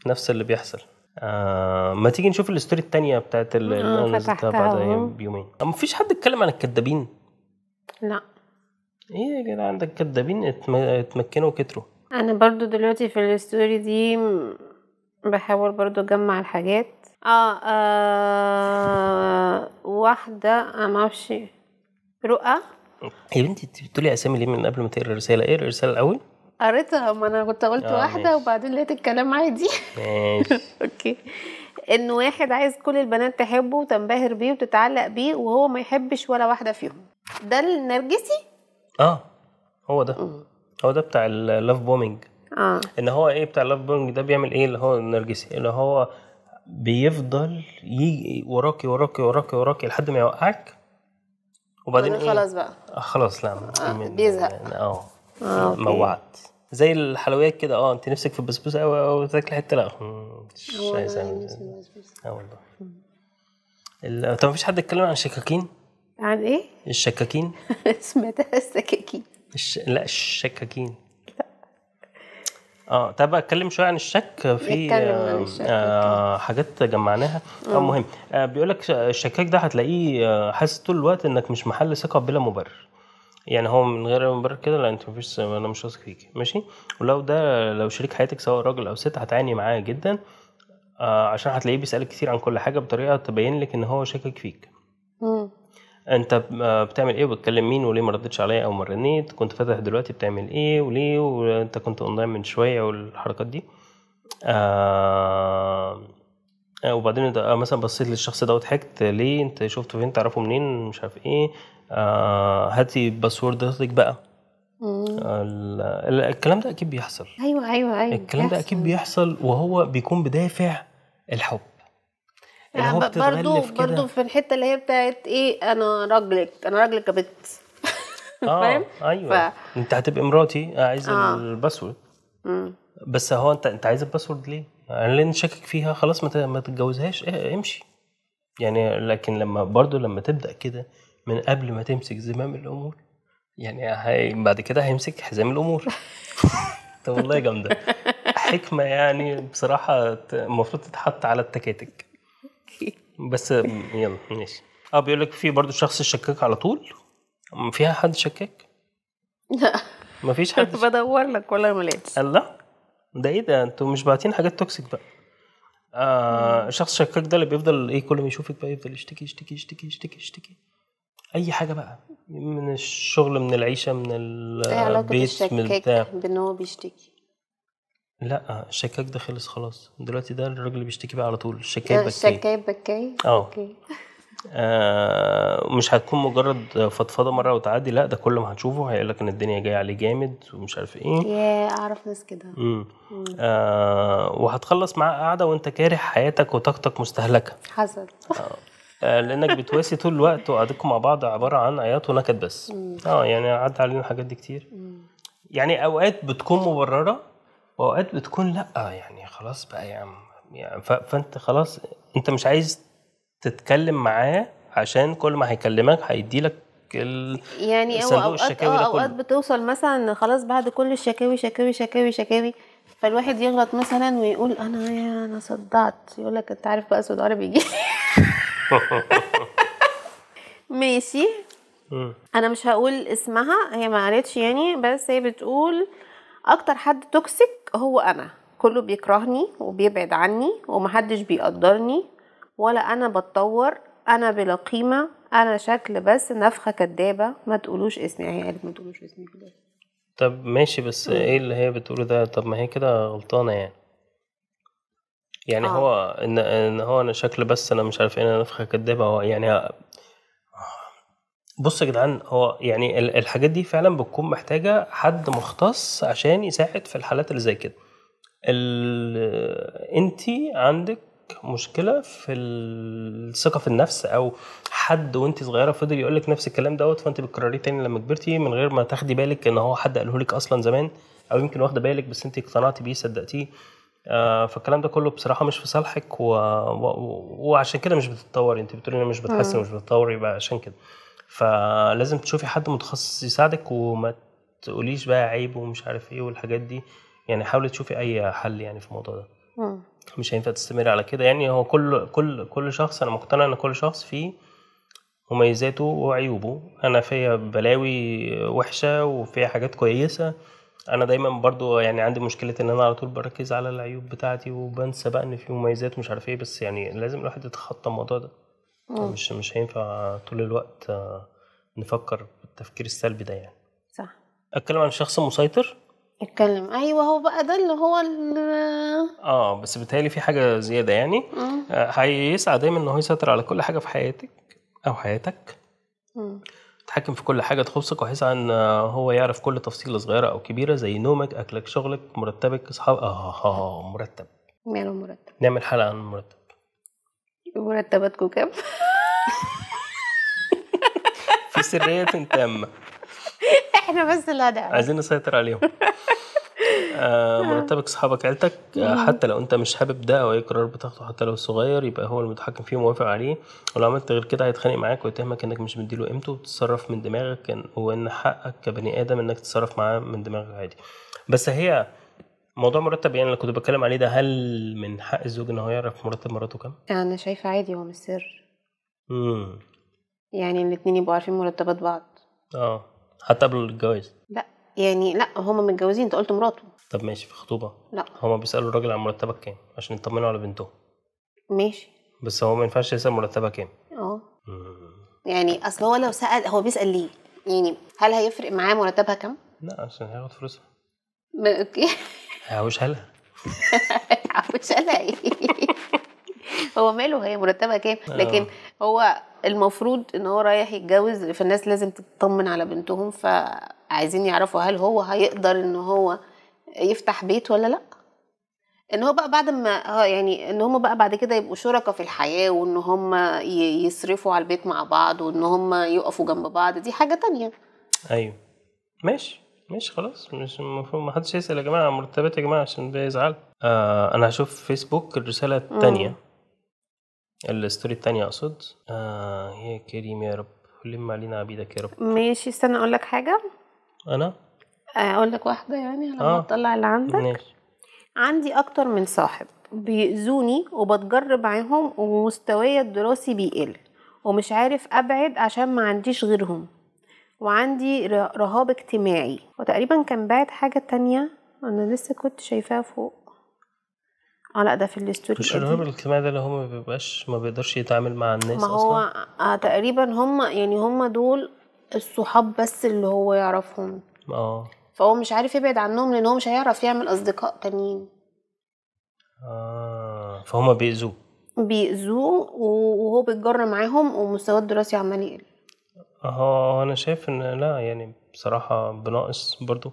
S1: نفس اللي بيحصل آه، ما تيجي نشوف الستوري التانية بتاعت ال-
S2: آه،
S1: اللي انا نزلتها
S2: فتحتها
S1: بعد
S2: أهو.
S1: أيام- بيومين آه، مفيش حد اتكلم عن الكدابين
S2: لا
S1: ايه يا جدعان عندك كدابين اتم- اتمكنوا وكتروا
S2: انا برضو دلوقتي في الستوري دي م- بحاول برضو اجمع الحاجات اه, آه واحدة انا معرفش رؤى
S1: يا بنتي انت بتقولي اسامي ليه من قبل ما تقري الرساله ايه الرساله الاول
S2: قريتها ما انا كنت قلت
S1: آه،
S2: واحدة
S1: ماشي.
S2: وبعدين لقيت الكلام عادي
S1: ماشي
S2: اوكي ان واحد عايز كل البنات تحبه وتنبهر بيه وتتعلق بيه وهو ما يحبش ولا واحدة فيهم ده النرجسي
S1: اه هو ده
S2: آه.
S1: هو ده بتاع اللاف بومينج
S2: اه
S1: ان هو ايه بتاع اللاف بومينج ده بيعمل ايه اللي هو النرجسي اللي هو بيفضل يجي وراكي وراكي وراكي وراكي لحد ما يوقعك وبعدين
S2: وبعدين
S1: ايه
S2: خلاص بقى
S1: آه، خلاص لا من-
S2: بيزهق.
S1: اه
S2: آه، أوكي.
S1: موعت زي الحلويات كده اه انت نفسك في البسبوسه قوي او تاكل حته لا مم، مش
S2: هو
S1: عايز
S2: أنا
S1: أعمل-
S2: نفسي بسبوسة.
S1: اه والله ال- طب مفيش حد اتكلم عن الشكاكين
S2: عن ايه؟
S1: الشكاكين
S2: سمعتها السكاكين
S1: الش... لا الشكاكين اه طب اتكلم شويه عن الشك في
S2: نتكلم عن
S1: آه،
S2: الشك،
S1: آه حاجات جمعناها اه مهم آه بيقول لك الشكاك ده هتلاقيه آه، حاسس طول الوقت انك مش محل ثقه بلا مبرر يعني هو من غير مبرر كده لا انت مفيش انا مش واثق فيك ماشي ولو ده لو شريك حياتك سواء راجل او ست هتعاني معاه جدا آه عشان هتلاقيه بيسالك كتير عن كل حاجه بطريقه تبين لك ان هو شاكك فيك
S2: مم.
S1: انت ب- آه بتعمل ايه وبتكلم مين وليه ما ردتش عليا او ما رنيت كنت فاتح دلوقتي بتعمل ايه وليه وانت كنت اونلاين من شويه والحركات دي آه آه، وبعدين انت آه، مثلا بصيت للشخص ده وضحكت ليه انت شفته فين تعرفه منين مش عارف ايه آه هاتي باسورداتك بقى
S2: مم.
S1: آه ال- ال- الكلام ده اكيد بيحصل
S2: ايوه ايوه ايوه
S1: الكلام ده اكيد
S2: بيحصل.
S1: بيحصل وهو بيكون بدافع الحب اللي هو
S2: يعني ب-
S1: بتتغلف كده
S2: برضو في الحته اللي هي بتاعت ايه انا راجلك انا راجلك يا بنت فاهم؟
S1: اه ايوه
S2: ف-
S1: انت هتبقى مراتي عايز
S2: آه.
S1: الباسورد
S2: مم.
S1: بس هو انت انت عايز الباسورد ليه؟ انا لان شاكك فيها خلاص ما ت- ما تتجوزهاش اه امشي يعني لكن لما برضو لما تبدا كده من قبل ما تمسك زمام الامور يعني هي بعد كده هيمسك حزام الامور طب والله جامده حكمه يعني بصراحه ت- المفروض تتحط على التكاتك بس يلا ماشي اه بيقول لك في برضو شخص شكاك على طول فيها حد شكاك؟
S2: لا
S1: مفيش حد
S2: بدور لك ولا ما لقيتش
S1: الله ده ايه ده انتوا مش باعتين حاجات توكسيك بقى آه شخص شكاك ده اللي بيفضل ايه كل ما يشوفك بقى يفضل يشتكي يشتكي يشتكي يشتكي يشتكي اي حاجه بقى من الشغل من العيشه من آه،
S2: ايه علاقة
S1: البيت من بتاع
S2: الشكاك بان هو بيشتكي
S1: لا الشكاك ده خلص خلاص دلوقتي ده الراجل اللي بيشتكي بقى على طول
S2: آه،
S1: الشكاك بكاك
S2: الشكاك بكاي
S1: اه
S2: اوكي
S1: آه، مش هتكون مجرد فضفضه مره وتعدي لا ده كل ما هتشوفه هيقول لك ان الدنيا جايه عليه جامد ومش عارف ايه
S2: يا اعرف ناس كده
S1: مم. آه وهتخلص معاه قاعده وانت كاره حياتك وطاقتك مستهلكه
S2: حصل
S1: آه، لانك بتواسي طول الوقت وقعدتكم مع بعض عباره عن عياط ونكد بس اه يعني عدى علينا الحاجات دي كتير يعني اوقات بتكون مبرره واوقات بتكون لا يعني خلاص بقى يا عم يعني ف- فانت خلاص انت مش عايز تتكلم معاه عشان كل ما هيكلمك هيديلك ال...
S2: يعني هو
S1: صندوق
S2: اوقات
S1: الشكاوي
S2: اه
S1: ده
S2: اوقات
S1: كله.
S2: بتوصل مثلا إن خلاص بعد كل الشكاوي شكاوي شكاوي شكاوي فالواحد يغلط مثلا ويقول انا يا انا صدعت يقول لك انت عارف بقى صداع بيجي ماشي
S1: مم.
S2: انا مش هقول اسمها هي ما قالتش يعني بس هي بتقول اكتر حد توكسيك هو انا كله بيكرهني وبيبعد عني ومحدش بيقدرني ولا انا بتطور انا بلا قيمه انا شكل بس نفخه كدابه ما تقولوش اسمي هي قالت ما تقولوش اسمي في الآخر.
S1: طب ماشي بس ايه اللي هي بتقوله ده طب ما هي كده غلطانه يعني يعني
S2: آه.
S1: هو ان ان هو انا شكل بس انا مش عارف ايه انا نفخه كدابه هو يعني بص يا جدعان هو يعني ال- الحاجات دي فعلا بتكون محتاجه حد مختص عشان يساعد في الحالات اللي زي كده ال... انت عندك مشكله في الثقه في النفس او حد وانت صغيره فضل يقول لك نفس الكلام دوت فانت بتكرريه تاني لما كبرتي من غير ما تاخدي بالك ان هو حد قاله لك اصلا زمان او يمكن واخده بالك بس انت اقتنعتي بيه صدقتيه آه، فالكلام ده كله بصراحه مش في صالحك و... و... وعشان كده مش بتتطوري انت بتقولي انا مش بتحسن ومش بتتطور يبقى عشان كده فلازم تشوفي حد متخصص يساعدك وما تقوليش بقى عيب ومش عارف ايه والحاجات دي يعني حاولي تشوفي اي حل يعني في الموضوع ده
S2: مم.
S1: مش هينفع تستمري على كده يعني هو كل كل كل شخص انا مقتنع ان كل شخص فيه مميزاته وعيوبه انا فيا بلاوي وحشه وفيا حاجات كويسه انا دايما برضو يعني عندي مشكله ان انا على طول بركز على العيوب بتاعتي وبنسى بقى ان في مميزات مش عارف ايه بس يعني لازم الواحد يتخطى الموضوع ده
S2: مم.
S1: مش مش هينفع طول الوقت آه، نفكر بالتفكير السلبي ده يعني
S2: صح
S1: اتكلم عن شخص مسيطر
S2: اتكلم ايوه هو بقى ده اللي هو ال-
S1: اه بس بيتهيألي في حاجه زياده يعني
S2: مم.
S1: آه، هيسعى دايما ان هو يسيطر على كل حاجه في حياتك او حياتك
S2: مم.
S1: يتحكم في كل حاجه تخصك وهيسعى ان آه، هو يعرف كل تفصيله صغيره او كبيره زي نومك اكلك شغلك مرتبك اصحاب اه, آه مرتب
S2: ماله مرتب
S1: نعمل حلقه عن المرتب
S2: مرتباتكم كام
S1: في سريه تامه
S2: احنا بس اللي هنعمل
S1: عايزين نسيطر عليهم آه مرتبك اصحابك عيلتك آه حتى لو انت مش حابب ده او اي قرار بتاخده حتى لو صغير يبقى هو المتحكم فيه وموافق عليه ولو عملت غير كده هيتخانق معاك ويتهمك انك مش مديله قيمته وتتصرف من دماغك إن- وان حقك كبني ادم انك تتصرف معاه من دماغك عادي بس هي موضوع مرتب يعني اللي كنت بتكلم عليه ده هل من حق الزوج ان هو يعرف مرتب مراته كام؟
S2: انا شايفه عادي هو مش سر
S1: امم
S2: يعني الاتنين يبقوا عارفين مرتبات بعض
S1: اه حتى قبل الجواز
S2: لا يعني لا هما متجوزين انت قلت مراته
S1: طب ماشي في خطوبه
S2: لا
S1: هما بيسالوا الراجل عن مرتبك كام عشان يطمنوا على بنتهم
S2: ماشي
S1: بس هو ما ينفعش يسال مرتبها كام
S2: اه يعني اصل هو لو سال هو بيسال ليه يعني هل هيفرق معاه مرتبها كام
S1: لا عشان هياخد فلوسها
S2: م- اوكي
S1: هيعوش لها
S2: مش انا ايه هو ماله هي مرتبها كام لكن هو المفروض ان هو رايح يتجوز فالناس لازم تطمن على بنتهم فعايزين يعرفوا هل هو هيقدر ان هو يفتح بيت ولا لا ان هو بقى بعد ما اه يعني ان هم بقى بعد كده يبقوا شركاء في الحياه وان هم ي- يصرفوا على البيت مع بعض وان هم يقفوا جنب بعض دي حاجه تانية
S1: ايوه ماشي ماشي خلاص مش المفروض ما حدش يسال يا جماعه عن مرتبات يا جماعه عشان ده يزعل آه انا هشوف فيسبوك الرساله الثانيه الستوري الثانيه اقصد آه يا كريم يا رب لم علينا عبيدك يا رب
S2: ماشي استنى اقول لك حاجه
S1: انا
S2: اقول لك واحده يعني
S1: آه.
S2: لما تطلع اللي عندك
S1: ماشي
S2: عندي أكتر من صاحب بيأذوني وبتجرب معاهم ومستواي الدراسي بيقل ومش عارف أبعد عشان ما عنديش غيرهم وعندي ر- رهاب اجتماعي وتقريبا كان بعد حاجة تانية انا لسه كنت شايفاها فوق اه لا ده في الاستوديو
S1: مش
S2: القديم.
S1: الرهاب الاجتماعي ده اللي هو ما بيبقاش ما بيقدرش يتعامل مع الناس
S2: ما
S1: اصلا
S2: هو آه تقريبا هم يعني هم دول الصحاب بس اللي هو يعرفهم
S1: اه
S2: فهو مش عارف يبعد عنهم لان هو مش هيعرف يعمل اصدقاء تانيين
S1: اه فهم بيأذوه
S2: بيأذوه و- وهو بيتجر معاهم ومستواه الدراسي عمال يقل
S1: اه انا شايف ان لا يعني بصراحة بناقص برضو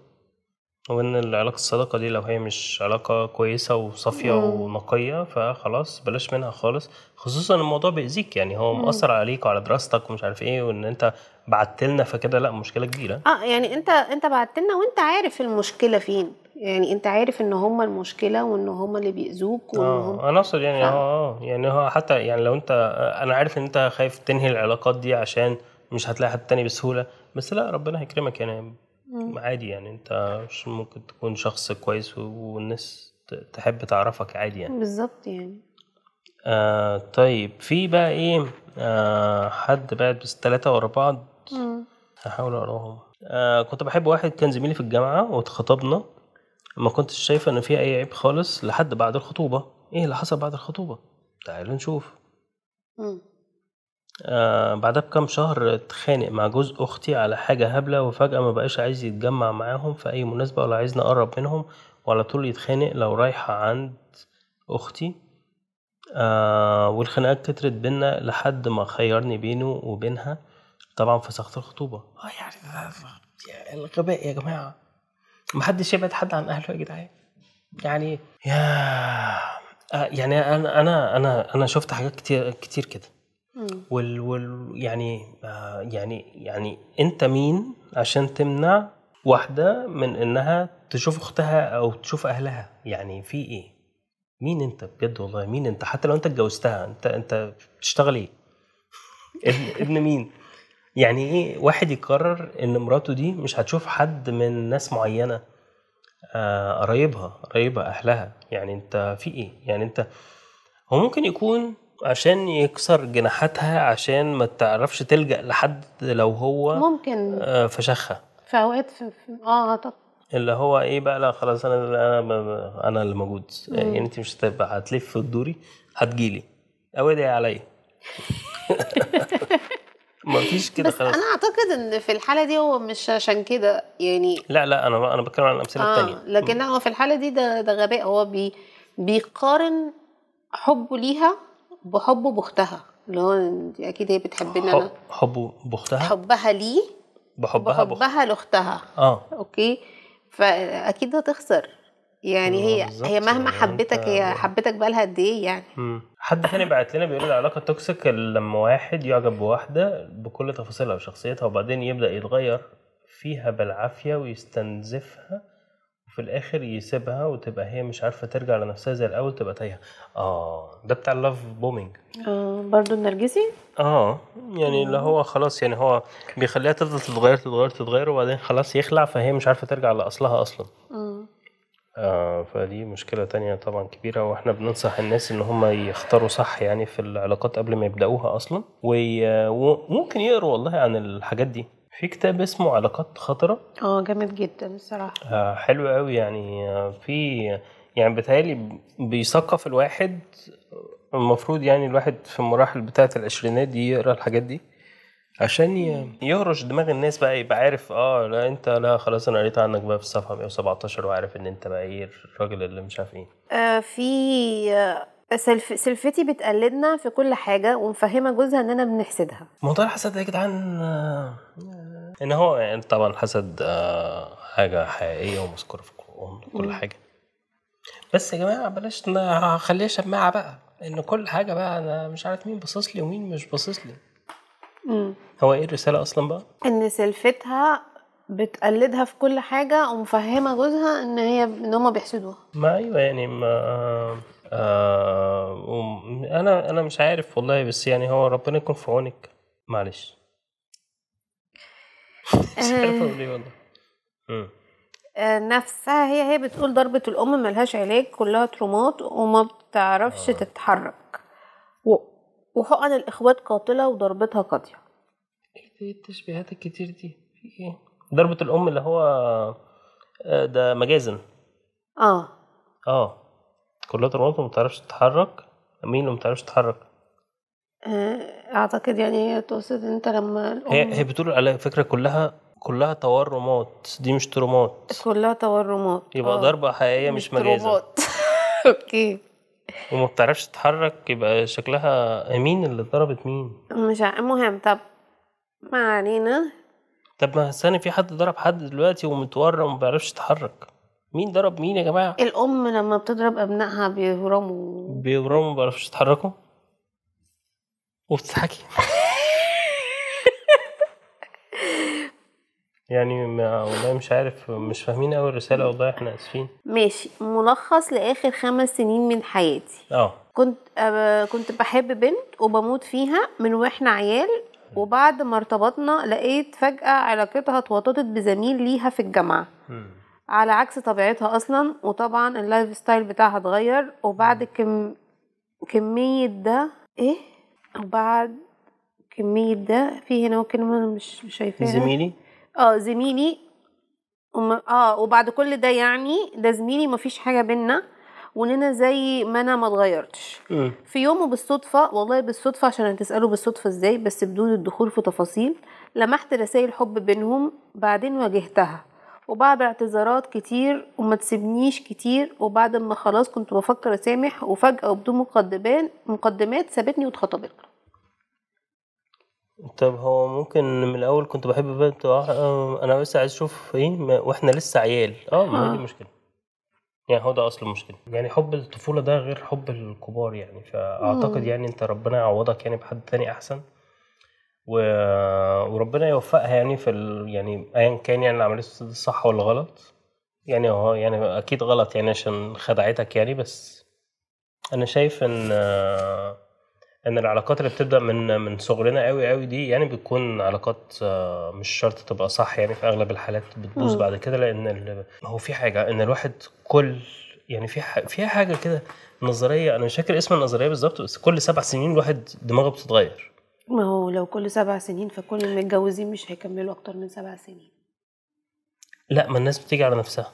S1: هو ان العلاقة الصداقة دي لو هي مش علاقة كويسة وصافية
S2: مم.
S1: ونقية فخلاص بلاش منها خالص خصوصا الموضوع بيأذيك يعني هو
S2: مم.
S1: مأثر عليك وعلى دراستك ومش عارف ايه وان انت بعت لنا فكده لا مشكلة كبيرة
S2: اه يعني انت انت بعت لنا وانت عارف المشكله فين يعني انت عارف ان هم المشكله وان هم اللي بيأذوك وان هم
S1: اه انا اقصد يعني
S2: فاهمة.
S1: اه اه يعني هو حتى يعني لو انت انا عارف ان انت خايف تنهي العلاقات دي عشان مش هتلاقي حد تاني بسهولة بس لا ربنا هيكرمك يعني
S2: مم.
S1: عادي يعني انت مش ممكن تكون شخص كويس و- والناس ت- تحب تعرفك عادي يعني
S2: بالظبط يعني
S1: آه طيب في بقى ايه آه حد بعت بس ثلاثة ورا بعض
S2: مم.
S1: هحاول اقراهم آه كنت بحب واحد كان زميلي في الجامعة واتخطبنا ما كنتش شايفة ان في اي عيب خالص لحد بعد الخطوبة ايه اللي حصل بعد الخطوبة تعالوا نشوف
S2: مم.
S1: آه بعدها بكام شهر اتخانق مع جوز اختي على حاجه هبله وفجاه ما بقاش عايز يتجمع معاهم في اي مناسبه ولا عايزني اقرب منهم وعلى طول يتخانق لو رايحه عند اختي آه والخناقات كترت بينا لحد ما خيرني بينه وبينها طبعا فسخت الخطوبه اه يعني يا الغباء يا جماعه محدش يبعد حد عن اهله يا جدعان يعني يا آه يعني انا انا انا انا شفت حاجات كتير كتير كده
S2: مم.
S1: وال, وال يعني آه، يعني يعني انت مين عشان تمنع واحده من انها تشوف اختها او تشوف اهلها يعني في ايه مين انت بجد والله مين انت حتى لو انت اتجوزتها انت انت بتشتغل ايه ابن, ابن مين يعني ايه واحد يقرر ان مراته دي مش هتشوف حد من ناس معينه آه، قرايبها قرايبها اهلها يعني انت في ايه يعني انت هو ممكن يكون عشان يكسر جناحاتها عشان ما تعرفش تلجأ لحد لو هو
S2: ممكن
S1: آه، فشخها
S2: في اوقات في في- اه اعتقد
S1: اللي هو ايه بقى لا خلاص انا انا ب- انا اللي موجود
S2: مم.
S1: يعني انت مش هتبقى هتلف في دوري هتجيلي او ادعي عليا مفيش كده
S2: بس
S1: خلاص
S2: انا اعتقد ان في الحاله دي هو مش عشان كده يعني
S1: لا لا انا انا بتكلم عن الامثله
S2: اه
S1: الثانيه
S2: لكن هو في الحاله دي ده ده غباء هو بي بيقارن حبه ليها بحبه باختها اللي هو دي اكيد هي بتحبني انا
S1: حبه باختها
S2: حبها ليه
S1: بحبها بأخت-
S2: بحبها لاختها
S1: اه
S2: اوكي فاكيد هتخسر يعني
S1: آه،
S2: هي
S1: بالظبط.
S2: هي مهما
S1: يعني
S2: حبتك
S1: أنت-
S2: هي حبتك بقالها قد ايه يعني
S1: مم. حد تاني بعت لنا بيقول العلاقة التوكسيك لما واحد يعجب بواحدة بكل تفاصيلها وشخصيتها وبعدين يبدأ يتغير فيها بالعافية ويستنزفها وفي الآخر يسيبها وتبقى هي مش عارفة ترجع لنفسها زي الأول تبقى تايهة آه ده بتاع اللاف بومينج
S2: آه برضو النرجسي
S1: اه يعني اللي هو خلاص يعني هو بيخليها تفضل تتغير تتغير تتغير وبعدين خلاص يخلع فهي مش عارفة ترجع لأصلها أصلا
S2: مم.
S1: آه فدي مشكلة تانية طبعا كبيرة واحنا بننصح الناس ان هم يختاروا صح يعني في العلاقات قبل ما يبدأوها اصلا وي- وممكن يقروا والله عن الحاجات دي في كتاب اسمه علاقات خطرة
S2: اه جامد جدا الصراحه
S1: آه حلو قوي يعني آه في يعني بيتهيألي بيثقف الواحد المفروض يعني الواحد في المراحل بتاعة العشرينات دي يقرا الحاجات دي عشان ي- يهرش دماغ الناس بقى يبقى عارف اه لا انت لا خلاص انا قريت عنك بقى في الصفحه 117 وعارف ان انت بقى ايه الراجل اللي مش عارف ايه
S2: آه في آه، سلف... سلفتي بتقلدنا في كل حاجه ومفهمه جوزها اننا بنحسدها
S1: موضوع الحسد ده يا جدعان آه، ان هو يعني طبعا الحسد آه، حاجه حقيقيه ومذكوره في القران وكل
S2: مم.
S1: حاجه بس يا جماعه بلاش ن- خليها شماعه بقى ان كل حاجه بقى انا مش عارف مين باصص لي ومين مش باصص لي
S2: مم.
S1: هو ايه الرساله اصلا بقى
S2: ان سلفتها بتقلدها في كل حاجه ومفهمه جوزها ان هي ان هما بيحسدوها
S1: ما ايوه يعني ما آه وم- انا انا مش عارف والله بس يعني هو ربنا يكون في عونك معلش مش عارف اقول ايه والله مم.
S2: آه، نفسها هي هي بتقول ضربة الأم ملهاش علاج كلها ترومات وما
S1: آه.
S2: بتعرفش تتحرك و- وحقن الإخوات قاتلة وضربتها قاضية
S1: ايه التشبيهات إيه؟ الكتير دي في ايه ضربة الام اللي هو آه، ده مجازا
S2: اه
S1: اه كلها تربط وما بتعرفش تتحرك مين اللي ما بتعرفش تتحرك
S2: آه، اعتقد يعني تقصد انت لما الام
S1: هي هي بتقول على فكره كلها كلها تورمات دي مش ترومات
S2: كلها تورمات
S1: يبقى
S2: آه،
S1: ضربه حقيقيه مش مجازه
S2: مضروبات. اوكي
S1: وما بتعرفش تتحرك يبقى شكلها مين اللي ضربت مين
S2: مش ع- المهم طب ما علينا
S1: طب ما ثاني في حد ضرب حد دلوقتي ومتورم وما بيعرفش يتحرك مين ضرب مين يا جماعه
S2: الام لما بتضرب ابنائها بيهرموا
S1: بيورموا ما بيعرفش يتحركوا وبتضحكي يعني ما والله مش عارف مش فاهمين قوي الرساله والله احنا اسفين
S2: ماشي ملخص لاخر خمس سنين من حياتي
S1: اه
S2: كنت آه، كنت بحب بنت وبموت فيها من واحنا عيال وبعد ما ارتبطنا لقيت فجأة علاقتها اتوطدت بزميل ليها في الجامعة
S1: مم.
S2: على عكس طبيعتها أصلا وطبعا اللايف ستايل بتاعها اتغير وبعد كم كمية ده ايه وبعد كمية ده في هنا كلمة أنا مش مش شايفاها
S1: زميلي
S2: اه زميلي وما اه وبعد كل ده يعني ده زميلي مفيش حاجة بينا واننا زي ما انا ما اتغيرتش
S1: مم.
S2: في يوم بالصدفة والله بالصدفة عشان هتسألوا بالصدفة ازاي بس بدون الدخول في تفاصيل لمحت رسائل حب بينهم بعدين واجهتها وبعد اعتذارات كتير وما تسيبنيش كتير وبعد ما خلاص كنت بفكر اسامح وفجأة وبدون مقدمات مقدمات سابتني واتخطبت
S1: طب هو ممكن من الاول كنت بحب بنت واحد- آه، انا بس عايز اشوف ايه ما- واحنا لسه عيال اه ما هي دي
S2: آه.
S1: المشكله يعني هو ده اصل المشكله يعني حب الطفوله ده غير حب الكبار يعني فاعتقد
S2: مم.
S1: يعني انت ربنا يعوضك يعني بحد تاني احسن و... وربنا يوفقها يعني في ال... يعني ايا كان يعني اللي عملته ده صح ولا غلط يعني هو يعني اكيد غلط يعني عشان خدعتك يعني بس انا شايف ان آه، ان العلاقات اللي بتبدا من من صغرنا قوي قوي دي يعني بتكون علاقات آه، مش شرط تبقى صح يعني في اغلب الحالات بتبوظ
S2: مم.
S1: بعد كده لان ال- هو في حاجه ان الواحد كل يعني في ح- فيها حاجه كده نظريه انا مش فاكر اسم النظريه بالظبط بس كل سبع سنين الواحد دماغه بتتغير
S2: ما هو لو كل سبع سنين فكل المتجوزين مش هيكملوا أكتر من سبع سنين
S1: لا ما الناس بتيجي على نفسها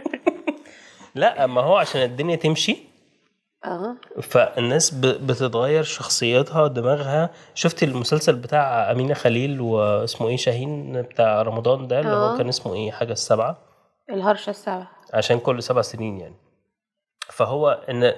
S1: لا ما هو عشان الدنيا تمشي
S2: اه
S1: فالناس ب- بتتغير شخصيتها دماغها شفت المسلسل بتاع أمينة خليل واسمه ايه شاهين بتاع رمضان ده اللي هو
S2: آه.
S1: كان اسمه ايه حاجة السبعة
S2: الهرشة السبعة
S1: عشان كل سبع سنين يعني فهو ان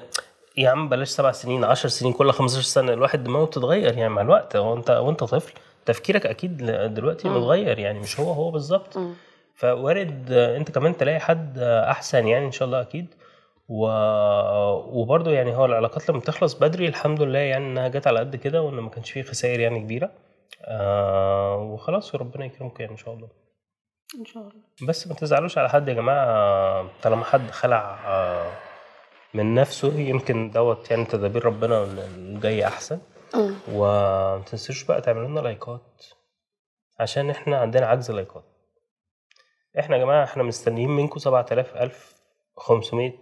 S1: يا عم بلاش سبع سنين عشر سنين كل 15 سنة الواحد دماغه بتتغير يعني مع الوقت هو انت وانت طفل تفكيرك اكيد ل- دلوقتي
S2: مم.
S1: متغير يعني مش هو هو بالظبط
S2: مم.
S1: فوارد آه، انت كمان تلاقي حد آه، احسن يعني ان شاء الله اكيد و... وبرضه يعني هو العلاقات لما بتخلص بدري الحمد لله يعني انها جت على قد كده وان ما كانش فيه خسائر يعني كبيره آه وخلاص وربنا يكرمكم يعني ان شاء الله
S2: إن شاء الله
S1: بس ما تزعلوش على حد يا جماعه طالما حد خلع آه من نفسه يمكن دوت يعني تدابير ربنا إن الجاي احسن
S2: مم.
S1: وما تنسوش بقى تعملوا لنا لايكات عشان احنا عندنا عجز لايكات احنا يا جماعه احنا مستنيين منكم 7000 ألف 500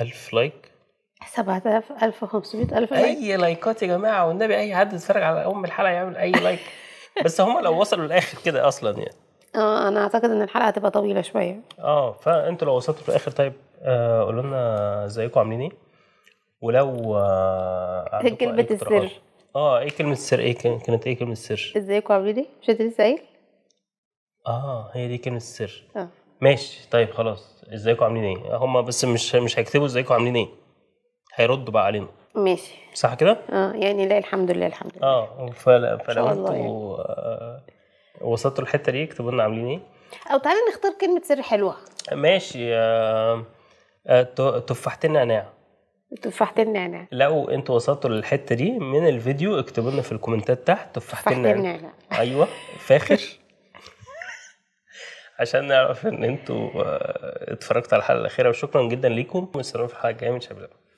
S1: ألف لايك
S2: 7000 1500 ألف لايك.
S1: اي لايكات يا جماعه والنبي اي حد يتفرج على ام الحلقه يعمل اي لايك بس هما لو وصلوا للاخر كده اصلا يعني
S2: اه انا اعتقد ان الحلقة هتبقى طويلة شوية
S1: اه فانتوا لو وصلتوا للاخر طيب آه قولوا لنا ازيكم عاملين ايه ولو آه عندكم
S2: إيه كلمة
S1: أي اقتراحات.
S2: السر.
S1: اه ايه كلمه السر ايه كان- كانت ايه كلمه السر
S2: ازيكم عاملين ايه؟ مش انت لسه قايل؟
S1: اه هي دي كلمه السر
S2: اه
S1: ماشي طيب خلاص ازيكم عاملين ايه هم بس مش مش هيكتبوا ازيكم عاملين ايه هيردوا بقى علينا
S2: ماشي
S1: صح كده
S2: اه يعني لا الحمد لله الحمد لله
S1: اه فلا فلو
S2: شاء الله
S1: انتوا آه، وصلتوا الحته دي اكتبوا لنا عاملين ايه
S2: او تعالى نختار كلمة سر حلوة
S1: ماشي آه، آه، ت- تفاحتين نعناع
S2: تفاحتين النعناع
S1: لو انتوا وصلتوا للحته دي من الفيديو اكتبوا لنا في الكومنتات تحت تفاحتين
S2: تفاحتين
S1: نعناع
S2: النعناع
S1: ايوه فاخر عشان نعرف ان انتوا آه، اتفرجتوا على الحلقه الاخيره وشكرا جدا ليكم واستنونا في الحلقه الجايه من شباب